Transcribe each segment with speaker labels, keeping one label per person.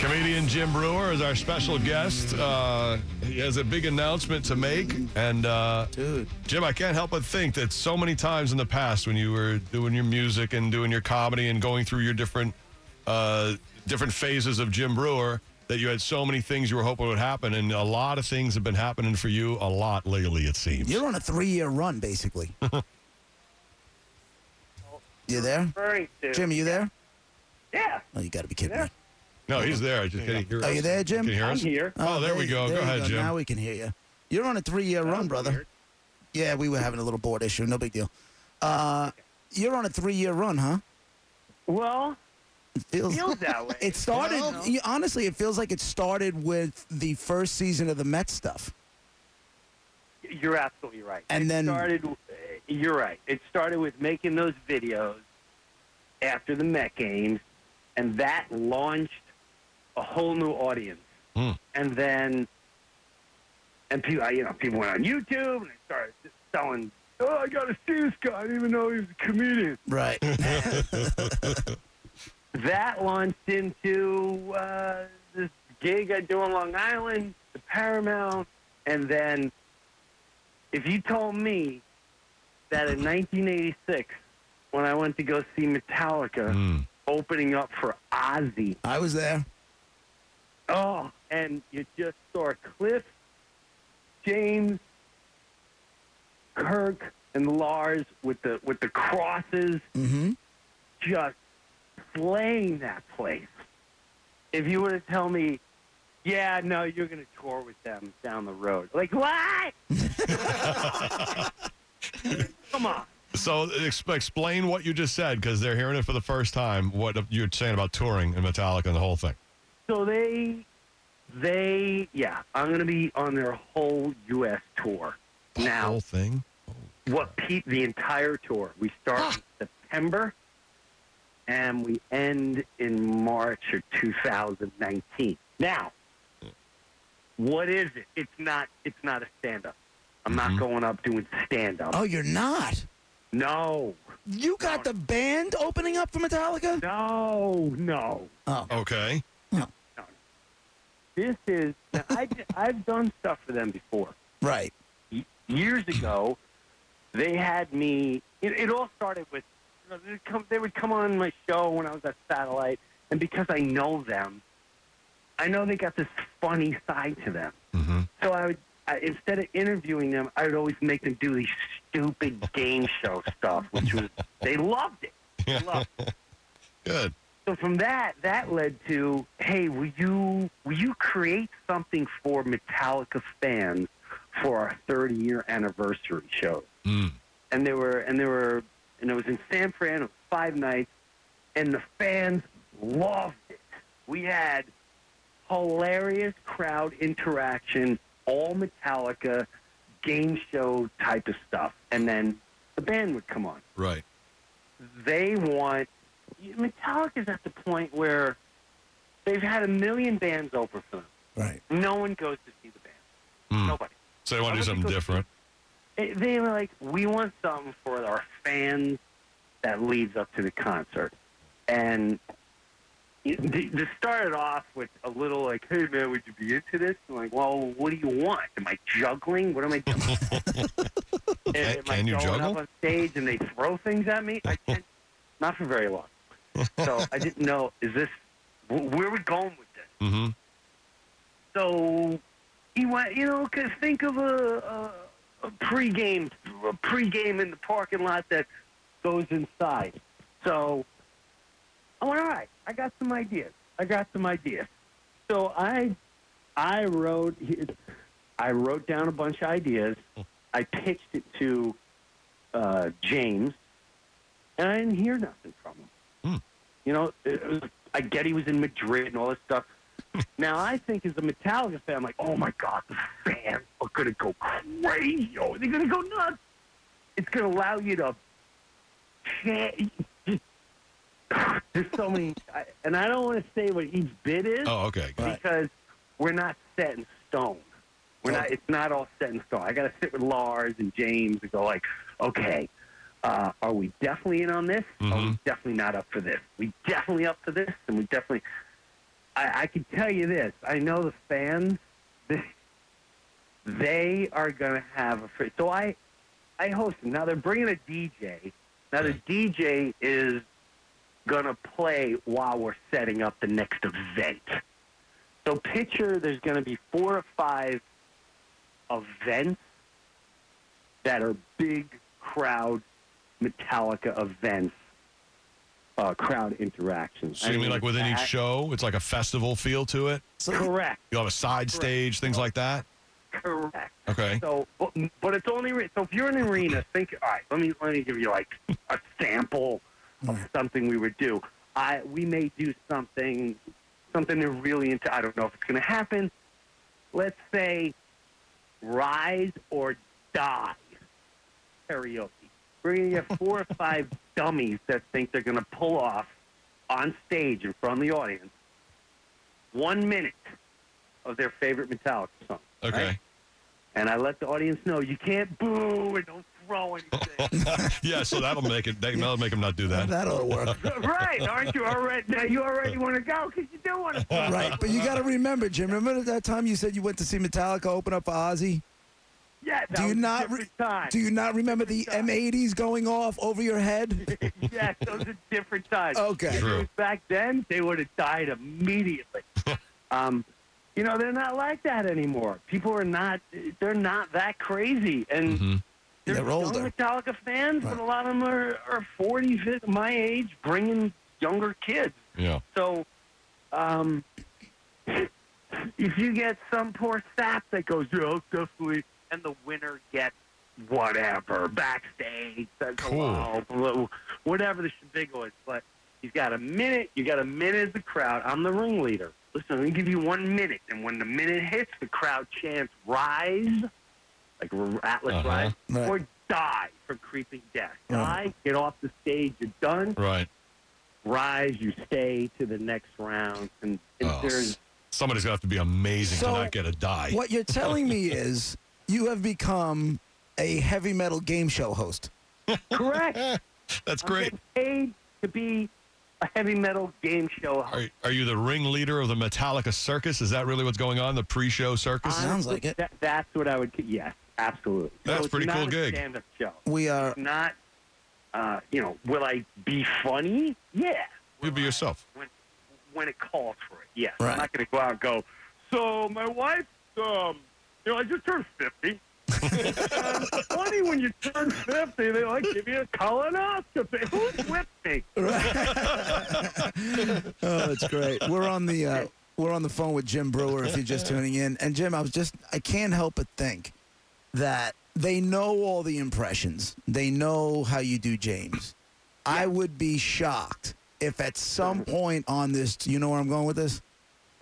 Speaker 1: Comedian Jim Brewer is our special guest. Uh, he has a big announcement to make, and uh,
Speaker 2: Dude.
Speaker 1: Jim, I can't help but think that so many times in the past when you were doing your music and doing your comedy and going through your different uh, different phases of Jim Brewer, that you had so many things you were hoping would happen, and a lot of things have been happening for you a lot lately. It seems.
Speaker 2: You're on a three year run, basically. you there?
Speaker 3: referring to.
Speaker 2: Jim, are you there?
Speaker 3: Yeah.
Speaker 2: Oh, you gotta be kidding
Speaker 3: Yeah.
Speaker 2: me.
Speaker 1: no, he's there. I just can't hear.
Speaker 2: Are
Speaker 1: us.
Speaker 2: you there, Jim?
Speaker 1: Can you hear
Speaker 3: I'm
Speaker 1: us?
Speaker 3: here.
Speaker 1: Oh, there, we
Speaker 2: you-
Speaker 1: go. Go
Speaker 2: you
Speaker 1: ahead, Jim.
Speaker 2: Now we can hear you. You're on a three year run, brother.
Speaker 3: Weird.
Speaker 2: Yeah, we were having a little board issue. No big deal. Uh, you're on a three year run, huh?
Speaker 3: Well,
Speaker 2: It feels.
Speaker 3: feels that way.
Speaker 2: It started,
Speaker 3: You know?
Speaker 2: you- honestly, it feels like it started with the first season of the Mets stuff.
Speaker 3: You're absolutely right.
Speaker 2: And
Speaker 3: it
Speaker 2: then-
Speaker 3: started. You're right. It started with making those videos after the Met games, and that launched a whole new audience.
Speaker 1: Hmm.
Speaker 3: And then, and people, you know, people went on YouTube and they started just selling. Oh, I got to see this guy. I didn't even know he was a comedian.
Speaker 2: Right.
Speaker 3: that launched into uh, this gig I do on Long Island, the Paramount, and then if you told me that in 1986, when I went to go see Metallica
Speaker 1: Mm.
Speaker 3: opening up for Ozzy,
Speaker 2: I was there.
Speaker 3: oh, and you just saw Cliff, James, Kirk, and Lars with the with the crosses
Speaker 2: Mm-hmm.
Speaker 3: just slaying that place. If you were to tell me, yeah, no, you're going to tour with them down the road. Like, what? Come on.
Speaker 1: So ex- explain what you just said because they're hearing it for the first time. What you're saying about touring and Metallica and the whole thing.
Speaker 3: So they, they, yeah, I'm going to be on their whole U.S. tour
Speaker 1: The
Speaker 3: now.
Speaker 1: whole thing.
Speaker 3: What Pete? The entire tour. We start in September, and we end in March of 2019. Now, what is it? It's not. It's not a stand up. I'm
Speaker 1: Mhm.
Speaker 3: not going up doing stand up.
Speaker 2: Oh, you're not.
Speaker 3: No,
Speaker 2: You got the band opening up for Metallica?
Speaker 3: no, no.
Speaker 2: Oh,
Speaker 1: Okay.
Speaker 3: This is. now, I, I've done stuff for them before.
Speaker 2: right.
Speaker 3: y- years ago, they had me. It, it all started with you know, they'd come, they would come on my show when I was at Satellite, and because I know them, I know they got this funny side to them.
Speaker 1: Mm-hmm.
Speaker 3: So I would I, instead of interviewing them, I would always make them do these stupid game show stuff, which was they loved it. They loved it.
Speaker 1: Good.
Speaker 3: So from that, that led to, hey, will you will you create something for Metallica fans for our 30 year anniversary show?
Speaker 1: Mm.
Speaker 3: and there were and there were and it was in San Fran it was five nights, and the fans loved it. We had hilarious crowd interaction, all Metallica, game show type of stuff, and then the band would come on.
Speaker 1: Right.
Speaker 3: They want Metallica's at the point where they've had a million bands open for them.
Speaker 2: Right.
Speaker 3: No one goes to see the band.
Speaker 1: Mm.
Speaker 3: Nobody.
Speaker 1: So they want to do
Speaker 3: I
Speaker 1: something
Speaker 3: would go-
Speaker 1: different.
Speaker 3: It, they were like, we want something for our fans that leads up to the concert. And it- th- this started off with a little like, hey, man, would you be into this? I'm like, well, what do you want? Am I juggling? What am I doing? am
Speaker 1: Can-
Speaker 3: I
Speaker 1: can you
Speaker 3: going
Speaker 1: juggle?
Speaker 3: up on stage and they throw things at me? I can't, not for very long. So I didn't know, is this, wh- where are we going with this?
Speaker 1: Mm-hmm.
Speaker 3: So he went, you know, 'cause think of a, a, a pregame, a pregame in the parking lot that goes inside. So I went, all right, I got some ideas. I got some ideas. So I, I wrote, I wrote down a bunch of ideas. I pitched it to uh, James, and I didn't hear nothing from him.
Speaker 1: Hmm.
Speaker 3: You know, it was, I get he was in Madrid and all this stuff. Now I think as a Metallica fan, I'm like, oh my god, the fans are gonna go crazy. Oh, they're gonna go nuts. It's gonna allow you to. There's so many, I, and I don't want to say what each bit is
Speaker 1: Oh, okay. Good.
Speaker 3: because we're not set in stone. We're not. It's not all set in stone. I got to sit with Lars and James and go like, okay, uh, are we definitely in on this? Are we
Speaker 1: Mhm.
Speaker 3: definitely not up for this? We definitely up for this, and we definitely. I- I, I can tell you this. I know the fans. This, they are going to have a free. So I, I host them. Now they're bringing a DJ. Now the DJ is going to play while we're setting up the next event. So picture there's going to be four or five events that are big crowd Metallica events, uh, crowd interactions.
Speaker 1: So you mean like within each
Speaker 3: I-
Speaker 1: show, it's like a festival feel to it?
Speaker 2: So,
Speaker 3: Correct.
Speaker 1: You have a side stage, things like that?
Speaker 3: Correct.
Speaker 1: Okay.
Speaker 3: So, but, but it's only re- so if you're in an arena, think. All right, let me let me give you like a sample of something we would do. I we may do something something they're really into. I don't know if it's going to happen. Let's say rise or die karaoke. We're going to get four or five dummies that think they're going to pull off on stage in front of the audience one minute of their favorite Metallica song.
Speaker 1: Okay.
Speaker 3: right? and I let the audience know you can't boo and don't throw anything.
Speaker 1: Yeah, so that'll make it. that- That'll make them not do that.
Speaker 2: that'll work.
Speaker 3: right? Aren't you already? Now you already want to go because you do want to.
Speaker 2: right. But you got to remember, Jim. Remember that time you said you went to see Metallica open up for Ozzy?
Speaker 3: Yeah. that
Speaker 2: Do you
Speaker 3: was a
Speaker 2: not
Speaker 3: different
Speaker 2: re-
Speaker 3: time?
Speaker 2: Do you not remember the M80s going off over your head?
Speaker 3: yes, those are different times.
Speaker 2: Okay.
Speaker 3: If it
Speaker 1: True.
Speaker 3: was back then, they would have died immediately. um, you know, they're not like that anymore. People are not. They're not that crazy, and
Speaker 1: Mhm.
Speaker 2: Mm-hmm.
Speaker 3: they're,
Speaker 2: They're
Speaker 3: young
Speaker 2: older.
Speaker 3: Metallica fans,
Speaker 2: Right.
Speaker 3: but a lot of them are, are 40, 50, my age, bringing younger kids.
Speaker 1: Yeah.
Speaker 3: So, um, if you get some poor sap that goes, yeah, definitely, and the winner gets whatever backstage, says
Speaker 1: Cool.
Speaker 3: hello, blah, whatever the shindig is, but he's got a minute. You got a minute as the crowd. I'm the ringleader. Listen, let me give you one minute, and when the minute hits, the crowd chants "Rise," like r- Atlas
Speaker 1: Uh-huh.
Speaker 3: Rise,
Speaker 2: Right.
Speaker 3: or "Die" from Creeping Death. Die,
Speaker 2: Right.
Speaker 3: get off the stage. You're done
Speaker 1: Right.
Speaker 3: rise, you stay to the next round, and, and
Speaker 1: Oh,
Speaker 3: there's
Speaker 1: Somebody's gonna have to be amazing
Speaker 2: So,
Speaker 1: to not get a die.
Speaker 2: What you're telling me is you have become a heavy metal game show host.
Speaker 3: correct.
Speaker 1: That's
Speaker 3: I'm
Speaker 1: great.
Speaker 3: getting paid to be a heavy metal game show host.
Speaker 1: Are, are you the ringleader of the Metallica circus? Is that really what's going on? The pre-show circus?
Speaker 2: Uh, sounds like it.
Speaker 3: That, that's what I would. Yes, absolutely.
Speaker 1: That's
Speaker 3: so it's
Speaker 1: pretty
Speaker 3: not
Speaker 1: cool
Speaker 3: a
Speaker 1: gig.
Speaker 3: Stand-up show.
Speaker 2: We are
Speaker 3: Not, uh, you know, will I be funny? Yeah.
Speaker 1: you be
Speaker 3: Will I-
Speaker 1: yourself.
Speaker 3: when when it calls for it. Yes,
Speaker 2: Right.
Speaker 3: I'm not going to go out and go. So my wife, um, you know, I just turned fifty. um, funny when you turn fifty, they like give you a colonoscopy. Who's with me?
Speaker 2: Oh, that's great. We're on the uh, we're on the phone with Jim Brewer. If you're just tuning in, and Jim, I was just I can't help but think that they know all the impressions. They know how you do, James. I would be shocked if at some
Speaker 1: Mm-hmm.
Speaker 2: point on this, you know where I'm going with this.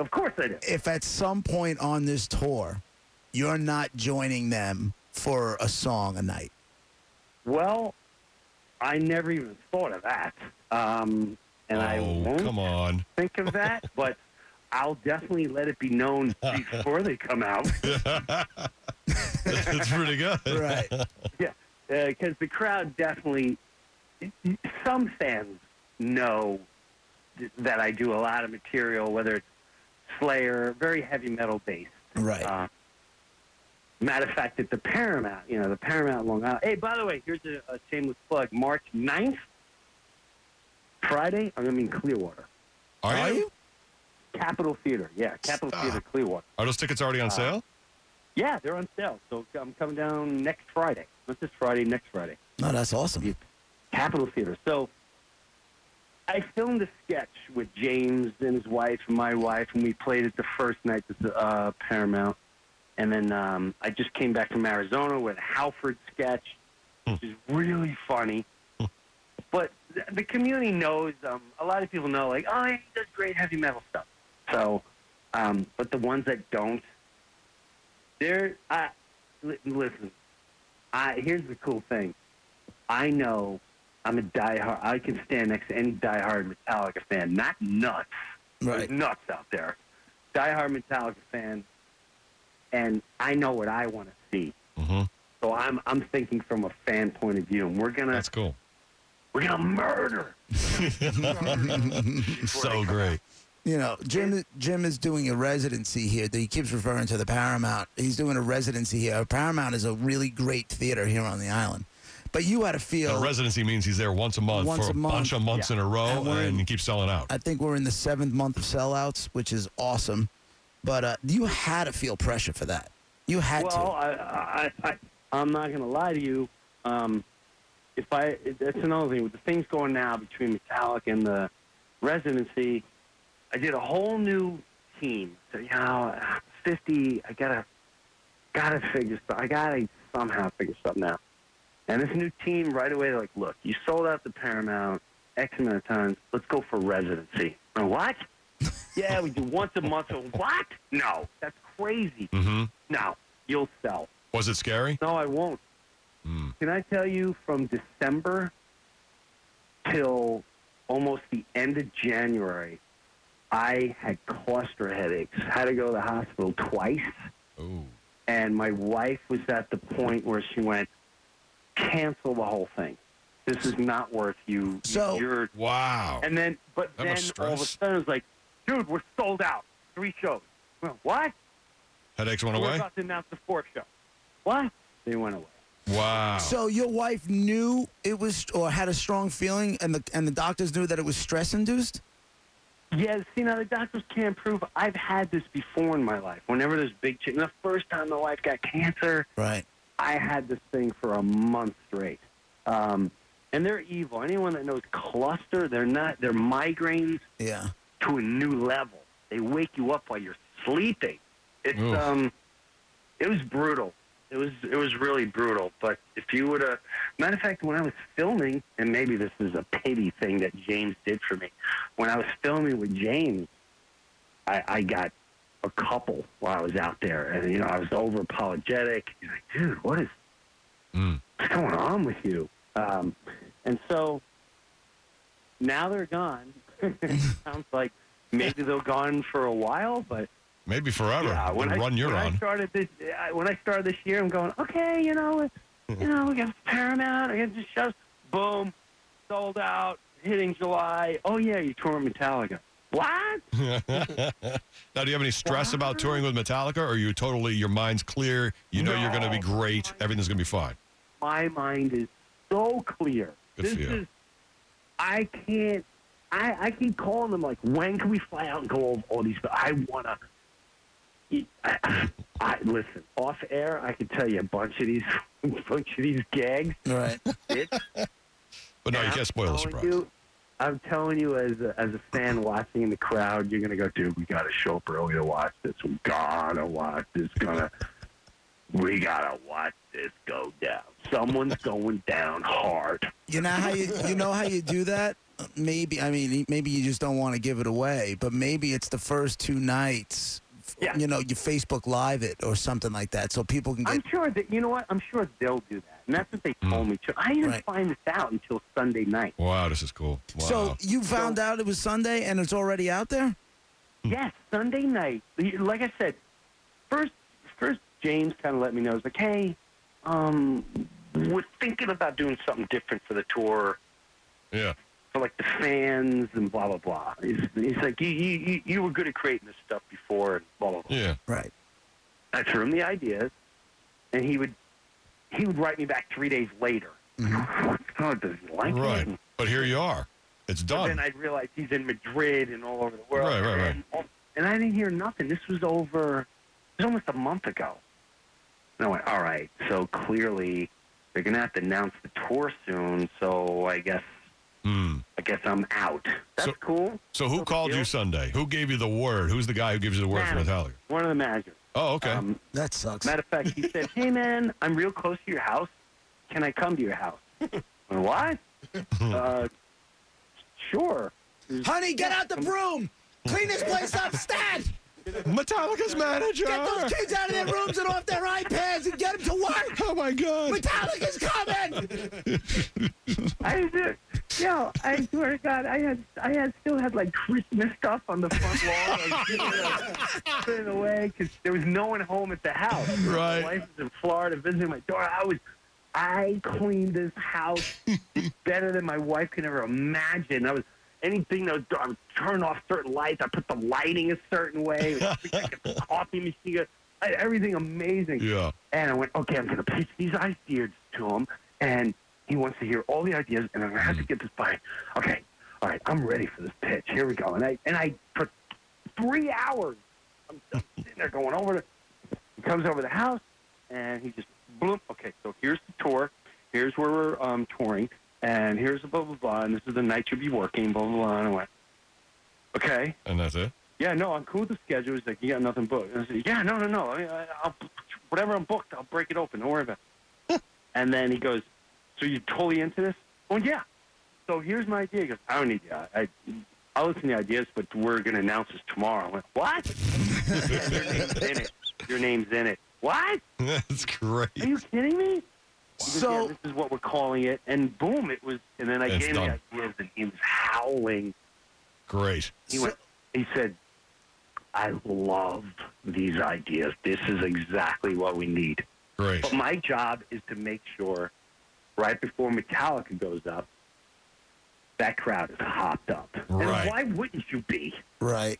Speaker 3: Of course I do.
Speaker 2: If at some point on this tour, you're not joining them for a song a night.
Speaker 3: Well, I never even thought of that, um, and I
Speaker 1: oh,
Speaker 3: won't
Speaker 1: come on.
Speaker 3: think of that, but. I'll definitely let it be known before they come out.
Speaker 1: That's pretty good.
Speaker 2: Right.
Speaker 3: Yeah, because Uh, the crowd definitely. Some fans know th- that I do a lot of material, whether it's Slayer, very heavy metal based.
Speaker 2: Right.
Speaker 3: Uh, matter of fact, at the Paramount, you know, the Paramount Long Island. Hey, by the way, here's a, a shameless plug. March 9th, Friday, I'm going to be in Clearwater.
Speaker 1: Are you?
Speaker 3: Capitol Theater, yeah, Capitol
Speaker 1: Stop.
Speaker 3: Theater, Clearwater.
Speaker 1: Are those tickets already
Speaker 3: Uh,
Speaker 1: on sale?
Speaker 3: Yeah, they're on sale, so I'm coming down next Friday. Not this Friday, next Friday.
Speaker 2: No, that's awesome.
Speaker 3: Capitol Theater. So I filmed a sketch with James and his wife and my wife, and we played it the first night at the uh, Paramount. And then um, I just came back from Arizona with a Halford sketch, which is really funny. But th- the community knows, um, a lot of people know, like, oh, he does great heavy metal stuff. So, um, but the ones that don't, they're, I, li- listen, I, here's the cool thing. I know I'm a diehard. I can stand next to any diehard Metallica fan. Not nuts.
Speaker 2: Right.
Speaker 3: There's nuts out there. Diehard Metallica fan, and I know what I want to see.
Speaker 1: Mm-hmm.
Speaker 3: So I'm I'm thinking from a fan point of view, and we're gonna
Speaker 1: That's cool.
Speaker 3: we're gonna murder.
Speaker 1: so great.
Speaker 2: You know, Jim Jim is doing a residency here. That he keeps referring to the Paramount. He's doing a residency here. Paramount is a really great theater here on the island. But you had to
Speaker 1: Now,
Speaker 2: feel.
Speaker 1: residency means he's there once a month
Speaker 2: Once
Speaker 1: for a,
Speaker 2: a month.
Speaker 1: bunch of months in a row,
Speaker 2: And
Speaker 1: and,
Speaker 2: we're in-
Speaker 1: he keeps selling out.
Speaker 2: I think we're in the seventh month of sellouts, which is awesome. But uh, you had to feel pressure for that. You had
Speaker 3: Well, I, I, I, I'm not going to lie to you. Um, if I, that's another thing with the things going now between Metallic and the residency. I did a whole new team. So, you know, 50. I gotta, gotta figure. so- I gotta somehow figure something out. And this new team, right away, they're like, look, you sold out the Paramount X amount of times. Let's go for residency. And what? yeah, we do once a month. So what? No, that's crazy.
Speaker 1: hmm
Speaker 3: No, you'll sell.
Speaker 1: Was it scary?
Speaker 3: No, I won't.
Speaker 1: Mm.
Speaker 3: Can I tell you from December till almost the end of January, I had cluster headaches, had to go to the hospital twice,
Speaker 1: Oh,
Speaker 3: and my wife was at the point where she went, cancel the whole thing. This is not worth you.
Speaker 2: So-
Speaker 3: you're
Speaker 1: wow.
Speaker 3: and then, but
Speaker 1: That
Speaker 3: then
Speaker 1: must
Speaker 3: all of a
Speaker 1: stress.
Speaker 3: sudden, it was like, dude, we're sold out. Three shows. Well, what?
Speaker 1: Headaches went
Speaker 3: We're
Speaker 1: away?
Speaker 3: about to announce the fourth show. What? They went away.
Speaker 1: Wow.
Speaker 2: to. So your wife knew it was, or had a strong feeling, and the and the doctors knew that it was stress induced.
Speaker 3: Yeah, see, now the doctors can't prove. I've had this before in my life. Whenever there's big change, the first time my wife got cancer,
Speaker 2: Right.
Speaker 3: I had this thing for a month straight. Um, and they're evil. Anyone that knows cluster, they're not. They're migraines
Speaker 2: Yeah.
Speaker 3: to a new level. They wake you up while you're sleeping. It's
Speaker 1: Oof.
Speaker 3: um, it was brutal. It was it was really brutal. But if you would have, matter of fact, when I was filming, and maybe this is a pity thing that James did for me, when I was filming with James, I, I got a couple while I was out there, and you know I was over apologetic. He's like, dude, what is
Speaker 1: Mm.
Speaker 3: what's going on with you? Um, and so now they're gone. Sounds like maybe they're gone for a while, but
Speaker 1: Maybe forever.
Speaker 3: yeah, when
Speaker 1: the
Speaker 3: I,
Speaker 1: run you're
Speaker 3: when I
Speaker 1: on.
Speaker 3: started this, I, when I started this year, I'm going, okay, you know, you know, we got Paramount, I got the shows, boom, sold out, hitting July. Oh yeah, you touring Metallica. What?
Speaker 1: now, do you have any stress about touring with Metallica, or are you totally, your mind's clear? You know you're going to be
Speaker 3: No.
Speaker 1: great. Everything's going to be fine.
Speaker 3: my mind is so clear.
Speaker 1: Good
Speaker 3: this
Speaker 1: for you.
Speaker 3: is I can't I, I keep calling them like when can we fly out and go over all these but I wanna I, I listen, off air I could tell you a bunch of these bunch of these gags.
Speaker 2: Right.
Speaker 3: It's
Speaker 1: But no, you
Speaker 3: I'm
Speaker 1: can't spoil the
Speaker 3: telling
Speaker 1: surprise.
Speaker 3: you- I'm telling you, as a, as a fan watching in the crowd, you're gonna go, dude. We gotta show up early to watch this. We gotta watch this. Gonna, we gotta watch this go down. Someone's going down hard.
Speaker 2: You know how you you know how you do that? Maybe I mean maybe you just don't want to give it away, but maybe it's the first two nights.
Speaker 3: Yeah.
Speaker 2: You know, you Facebook Live it or something like that, so people can get.
Speaker 3: I'm sure that you know what. I'm sure they'll do that, and that's what they told
Speaker 1: Hmm.
Speaker 3: me. Too. I didn't
Speaker 2: Right.
Speaker 3: find this out until Sunday night.
Speaker 1: Wow, this is cool. Wow.
Speaker 2: So you found out it was Sunday and it's already out there.
Speaker 1: Hmm.
Speaker 3: Yes, Sunday night. Like I said, first, first James kind of let me know. He's like, "Hey, um, we're thinking about doing something different for the tour,
Speaker 1: yeah.
Speaker 3: for like the fans and blah blah blah." He's, he's like, you, "You you you were good at creating this stuff before and blah blah blah."
Speaker 1: Yeah.
Speaker 2: Right.
Speaker 3: I threw him the ideas, and he would he would write me back three days later.
Speaker 2: Mm-hmm.
Speaker 3: Oh, does he like me?
Speaker 1: Right. But here you are. It's
Speaker 3: But
Speaker 1: done.
Speaker 3: then I realized he's in Madrid and all over the world.
Speaker 1: Right, right,
Speaker 3: and, and I didn't hear nothing. This was over, it was almost a month ago. And I went, all right, so clearly they're going to have to announce the tour soon, so I guess
Speaker 1: Hmm.
Speaker 3: I guess I'm out. That's
Speaker 1: So-
Speaker 3: cool.
Speaker 1: So who
Speaker 3: No
Speaker 1: called
Speaker 3: deal.
Speaker 1: you Sunday? Who gave you the word? Who's the guy who gives you the word for
Speaker 3: Matt.
Speaker 1: Metallica?
Speaker 3: One of the managers.
Speaker 1: Oh, okay.
Speaker 3: Um,
Speaker 2: That sucks.
Speaker 3: matter of fact, he said, hey, man, I'm real close to your house. Can I come to your house? I went, what? uh, sure.
Speaker 2: Honey, get out the broom. Clean this place up, stat.
Speaker 1: Metallica's manager.
Speaker 2: Get those kids out of their rooms and off their iPads and get them to work.
Speaker 1: Oh my God!
Speaker 2: Metallica's coming.
Speaker 3: I did. Yo, I swear to God, I had I had still had like Christmas stuff on the front lawn. I was giving it- putting it away because there was no one home at the house.
Speaker 1: Right.
Speaker 3: My wife was in Florida visiting my daughter. I was. I cleaned this house better than my wife could ever imagine. I was anything that I would turn off certain lights. I put the lighting a certain way. I could put the coffee machine, I- everything amazing.
Speaker 1: Yeah.
Speaker 3: And I went, okay, I'm going to pitch these ideas to him, and he wants to hear all the ideas, and I'm going to have to get this by. Okay, all right, I'm ready for this pitch. Here we go. And I and I for three hours, I'm just sitting there going over. The, he comes over the house, and he just bloom. Okay, so here's the tour. Here's where we're um, touring, and here's the blah blah blah, and this is the night you'll be working. Blah blah blah. And I went, okay.
Speaker 1: And that's it.
Speaker 3: Yeah, no, I'm cool with the schedule. He's like, you got nothing booked. And I said, yeah, no, no, no. I, I, I'll, whatever I'm booked, I'll break it open. Don't worry about it. and then he goes, so you're totally into this? Oh, yeah. So here's my idea. He goes, I don't need you. I, I, I'll listen to the ideas, but we're going to announce this tomorrow. I went, what? Yeah, your name's in it. Your name's in it. What?
Speaker 1: That's
Speaker 3: Are
Speaker 1: great.
Speaker 3: you kidding me? He goes,
Speaker 2: So-
Speaker 3: yeah, this is what we're calling it. And boom, it was. And then I
Speaker 1: It's
Speaker 3: gave him
Speaker 1: done.
Speaker 3: the ideas, and he was howling.
Speaker 1: Great.
Speaker 3: He went. He said, "I love these ideas. This is exactly what we need."
Speaker 1: Great.
Speaker 3: But my job is to make sure, right before Metallica goes up, that crowd is hopped up.
Speaker 1: Right.
Speaker 3: And why wouldn't you be?
Speaker 2: Right.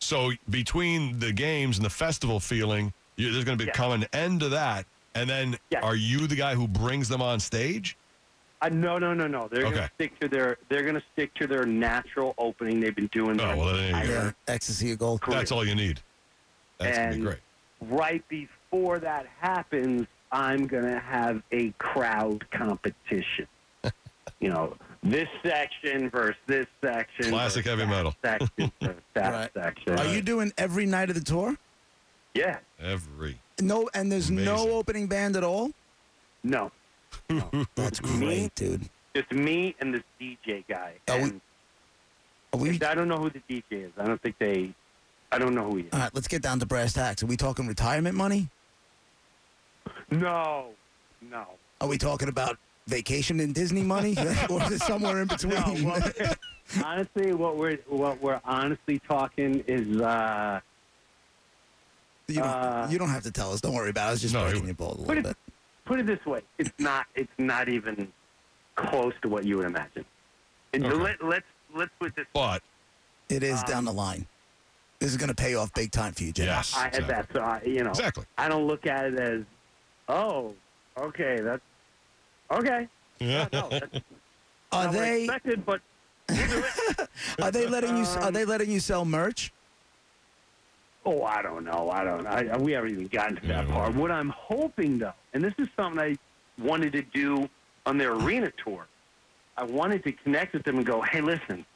Speaker 1: So between the games and the festival feeling, you, there's going to be
Speaker 3: Yes.
Speaker 1: come an end to that. And then,
Speaker 3: Yes.
Speaker 1: are you the guy who brings them on stage?
Speaker 3: Uh, no, no, no, no. They're
Speaker 1: Okay.
Speaker 3: gonna stick to their. They're gonna stick to their natural opening they've been doing.
Speaker 1: Oh,
Speaker 3: their
Speaker 1: well, there you go.
Speaker 3: entire
Speaker 2: Yeah. Ecstasy of gold.
Speaker 3: career.
Speaker 1: That's all you need. That's going to be
Speaker 3: And-
Speaker 1: great.
Speaker 3: right before that happens, I'm going to have a crowd competition. you know, this section versus this section.
Speaker 1: Classic
Speaker 3: versus
Speaker 1: heavy metal.
Speaker 3: That section versus that
Speaker 2: Right.
Speaker 3: section.
Speaker 2: Are you doing every night of the tour?
Speaker 3: Yeah.
Speaker 1: Every.
Speaker 2: No, and there's no
Speaker 1: Amazing.
Speaker 2: opening band at all.
Speaker 3: No.
Speaker 2: That's
Speaker 3: Me?
Speaker 2: great, dude.
Speaker 3: Just me and this DJ guy.
Speaker 2: Are we-
Speaker 3: and
Speaker 2: Are we?
Speaker 3: I don't know who the DJ is. I don't think they. I don't know who he is.
Speaker 2: All right, let's get down to brass tacks. Are we talking retirement money?
Speaker 3: No. No.
Speaker 2: Are we talking about vacation and Disney money, or is it somewhere in between?
Speaker 3: No, well, honestly, what we're what we're honestly talking is uh,
Speaker 2: you, don't,
Speaker 3: uh,
Speaker 2: you don't have to tell us. Don't worry about it. I was just
Speaker 1: No,
Speaker 2: breaking
Speaker 1: it-
Speaker 2: your ball a
Speaker 3: But
Speaker 2: little
Speaker 3: it-
Speaker 2: bit.
Speaker 3: put it this way, it's not it's not even close to what you would imagine. And
Speaker 1: Okay.
Speaker 3: let, let's let's put this.
Speaker 1: But,
Speaker 2: It is
Speaker 3: um,
Speaker 2: down the line. This is going to pay off big time for you, Jim.
Speaker 1: yes.
Speaker 3: I had that, so I, you know,
Speaker 1: Exactly.
Speaker 3: I don't look at it as, oh, okay, that's okay.
Speaker 1: Yeah.
Speaker 3: No, no, that's
Speaker 2: Are
Speaker 3: not what I
Speaker 2: they
Speaker 3: expected, but we'll do it.
Speaker 2: are they letting you? Are
Speaker 3: Um,
Speaker 2: they letting you sell merch?
Speaker 3: oh, I don't know, I don't. I, we haven't even gotten to that
Speaker 1: Yeah.
Speaker 3: part. What I'm hoping though, and this is something I wanted to do on their arena tour. I wanted to connect with them and go, hey, listen,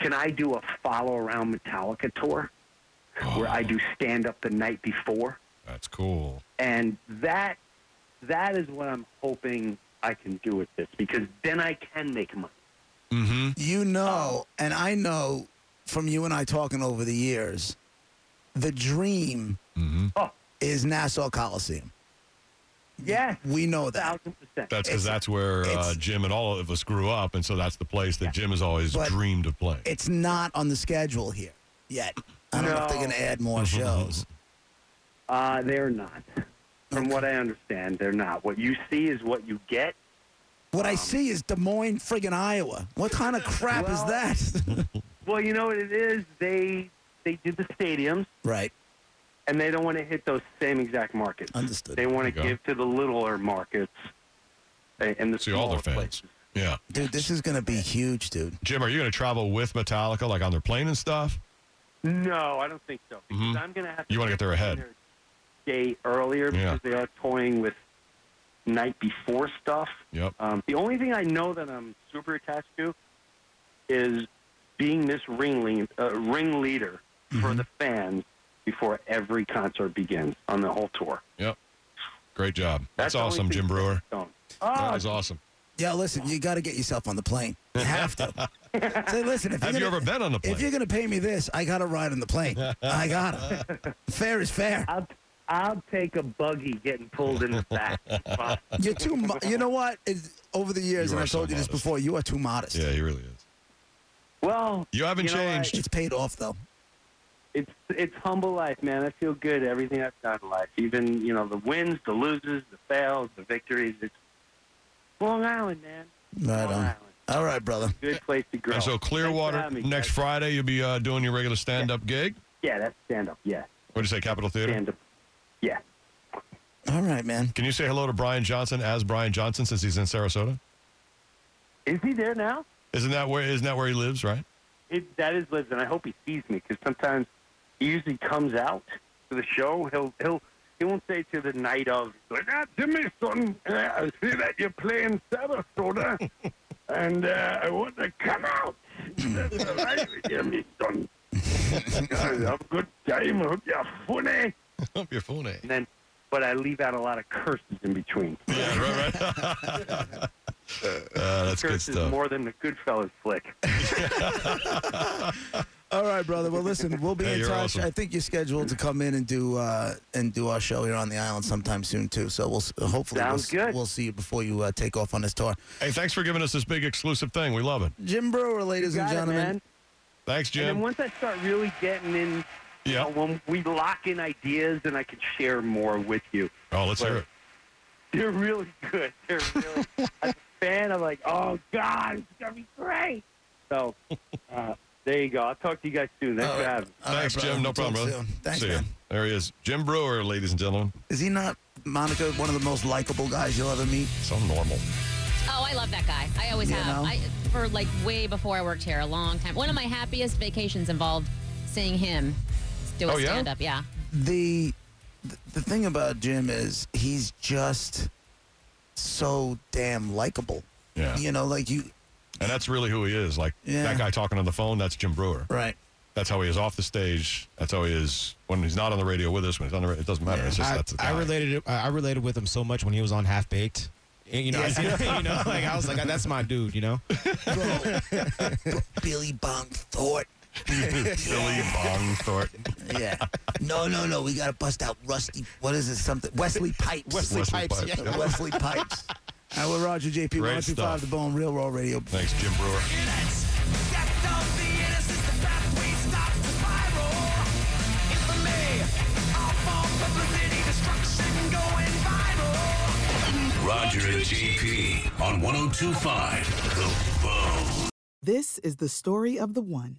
Speaker 3: can I do a follow around Metallica tour? where I do stand up the night before,
Speaker 1: That's cool.
Speaker 3: and that that is what I'm hoping I can do with this because then I can make money.
Speaker 1: Mm-hmm.
Speaker 2: You know, and I know from you and I talking over the years, the dream
Speaker 1: Mm-hmm.
Speaker 3: Oh,
Speaker 2: is Nassau Coliseum.
Speaker 3: yes,
Speaker 2: We know that.
Speaker 3: thousand percent.
Speaker 1: That's because
Speaker 2: It's-
Speaker 1: that's where uh,
Speaker 2: it's-
Speaker 1: Jim and all of us grew up, and so that's the place that Jim has always
Speaker 2: But-
Speaker 1: dreamed of playing.
Speaker 2: It's not on the schedule here yet. I don't know if they're
Speaker 3: No.
Speaker 2: going to add more shows.
Speaker 3: Uh, they're not. From what I understand, they're not. What you see is what you get.
Speaker 2: What I see is Des Moines, friggin' Iowa. What kind of crap
Speaker 3: Well-
Speaker 2: is that?
Speaker 3: Well, you know what it is. They they did the stadiums,
Speaker 2: right.
Speaker 3: and they don't want to hit those same exact markets.
Speaker 2: Understood.
Speaker 3: They want to
Speaker 1: There you
Speaker 3: give to the littler markets a- and the
Speaker 1: See all their
Speaker 3: smaller
Speaker 1: fans.
Speaker 3: places.
Speaker 1: Yeah.
Speaker 2: Dude, this is going to be huge, dude.
Speaker 1: Jim, are you going to travel with Metallica, like on their plane and stuff?
Speaker 3: No, I don't think so. Because
Speaker 1: Mhm.
Speaker 3: I'm going to have to
Speaker 1: You wanna get there ahead.
Speaker 3: Day earlier
Speaker 1: Yeah.
Speaker 3: because they are toying with night before stuff.
Speaker 1: Yep.
Speaker 3: Um, the only thing I know that I'm super attached to is being this ringling, uh, ringleader
Speaker 1: Mm-hmm.
Speaker 3: for the fans before every concert begins on the whole tour.
Speaker 1: Great job. That's,
Speaker 3: the only
Speaker 1: awesome,
Speaker 3: thing
Speaker 1: Jim
Speaker 3: that
Speaker 1: Brewer.
Speaker 3: I don't-
Speaker 1: That
Speaker 3: Oh,
Speaker 1: was awesome.
Speaker 2: Yeah, listen, you got to get yourself on the plane. You have to. Say, listen, if
Speaker 1: Have
Speaker 2: you're
Speaker 1: you
Speaker 2: gonna,
Speaker 1: ever been on a plane?
Speaker 2: if you're going to pay me this, I got to ride on the plane. I got to. fair is fair.
Speaker 3: I'll, I'll take a buggy getting pulled in the back. Fuck.
Speaker 2: You're too. Mo- you know what? It's, over the years,
Speaker 1: You
Speaker 2: and
Speaker 1: are
Speaker 2: I've told
Speaker 1: so
Speaker 2: you this
Speaker 1: modest.
Speaker 2: before, you are too modest.
Speaker 1: yeah, he really is.
Speaker 3: well,
Speaker 1: You haven't
Speaker 3: You know, I-
Speaker 1: changed.
Speaker 2: It's paid off though.
Speaker 3: it's it's humble life, man. I feel good. Everything I've done in life, even you know the wins, the loses, the fails, the victories. It's Long Island, man.
Speaker 2: Right
Speaker 3: Long
Speaker 2: on.
Speaker 3: Island.
Speaker 2: All right, brother.
Speaker 3: Good place to grow.
Speaker 1: And so Clearwater
Speaker 3: Thanks for having me,
Speaker 1: next
Speaker 3: guys.
Speaker 1: Friday, you'll be uh, doing your regular stand-up gig.
Speaker 3: Yeah, that's stand up. Yeah,
Speaker 1: What do you say, Capitol Theater?
Speaker 3: stand up. Yeah.
Speaker 2: All right, man.
Speaker 1: Can you say hello to Brian Johnson as Brian Johnson since he's in Sarasota?
Speaker 3: Is he there now?
Speaker 1: Isn't that where isn't that where he lives, right?
Speaker 3: It, that is lives, and I hope he sees me because sometimes he usually comes out to the show. He'll he'll he won't say to the night of like ah, Jimmy son. uh, I see that you're playing Sarasota, and uh, I want to come out. That's all right, Jimmy son. Guys, Have a good time. I hope you're funny.
Speaker 1: You're funny.
Speaker 3: And then, but I leave out a lot of curses in between.
Speaker 1: Yeah, right, right. uh, that's good
Speaker 3: curses
Speaker 1: stuff.
Speaker 3: more than the Goodfellas flick.
Speaker 2: All right, brother. Well, listen, we'll be
Speaker 1: Hey,
Speaker 2: in
Speaker 1: you're
Speaker 2: touch.
Speaker 1: awesome.
Speaker 2: I think you're scheduled to come in and do uh, and do our show here on the island sometime soon too. So we'll s- hopefully we'll,
Speaker 3: Sounds
Speaker 2: s-
Speaker 3: good.
Speaker 2: we'll see you before you uh, take off on this tour.
Speaker 1: hey, thanks for giving us this big exclusive thing. We love it.
Speaker 2: Jim Brewer, ladies and
Speaker 3: Got it,
Speaker 2: gentlemen.
Speaker 3: man.
Speaker 1: Thanks,
Speaker 3: And then
Speaker 1: Jim.
Speaker 3: once I start really getting in, you
Speaker 1: Yeah.
Speaker 3: know, when we lock in ideas, then I can share more with you.
Speaker 1: Oh, let's hear it.
Speaker 3: They're really good. They're really. As a fan, I'm like, oh god, it's gonna be great. So, uh, there you go. I'll talk to you guys soon. Thanks
Speaker 2: All
Speaker 3: for
Speaker 2: right.
Speaker 3: having me.
Speaker 2: All right,
Speaker 1: Thanks,
Speaker 2: brother.
Speaker 1: Jim. No
Speaker 2: We'll talk
Speaker 1: problem, brother.
Speaker 2: soon. Thanks,
Speaker 1: See ya.
Speaker 2: man.
Speaker 1: There he is, Jim Brewer, ladies and gentlemen.
Speaker 2: Is he not Monica? One of the most likable guys you'll ever meet.
Speaker 1: So normal.
Speaker 4: Oh, I love that guy. I always
Speaker 2: You
Speaker 4: have.
Speaker 2: know?
Speaker 4: I, for like way before I worked here, a long time. One of my happiest vacations involved seeing him do a
Speaker 1: Oh, yeah?
Speaker 4: stand up. Yeah.
Speaker 2: the the thing about Jim is he's just so damn likable.
Speaker 1: Yeah.
Speaker 2: You know, like you
Speaker 1: And that's really who he is. Like
Speaker 2: Yeah.
Speaker 1: that guy talking on the phone, that's Jim Brewer.
Speaker 2: right.
Speaker 1: That's how he is off the stage. That's how he is when he's not on the radio with us. When he's on the, ra- it doesn't matter. It's just
Speaker 5: I,
Speaker 1: that's the
Speaker 5: I
Speaker 1: guy.
Speaker 5: related. it- I I related with him so much when he was on Half Baked. And, You know, I seen- you know, like I was like, that's my dude. You know,
Speaker 2: Bro, bro, Billy Bong Thorpe.
Speaker 1: Billy Bong Thornton.
Speaker 2: Yeah. No, no, no. We gotta bust out Rusty. What is it? Something Wesley Pipes.
Speaker 5: Wesley,
Speaker 1: Wesley
Speaker 5: Pipes.
Speaker 1: Pipes,
Speaker 5: Yeah.
Speaker 1: yeah.
Speaker 2: Wesley Pipes. And we're Roger JP.
Speaker 1: Great
Speaker 2: 125
Speaker 1: stuff.
Speaker 2: The Bone Real Raw Radio.
Speaker 1: Thanks, Jim Brewer.
Speaker 6: Roger and JP on 1025 The Bone.
Speaker 7: This is the story of the one.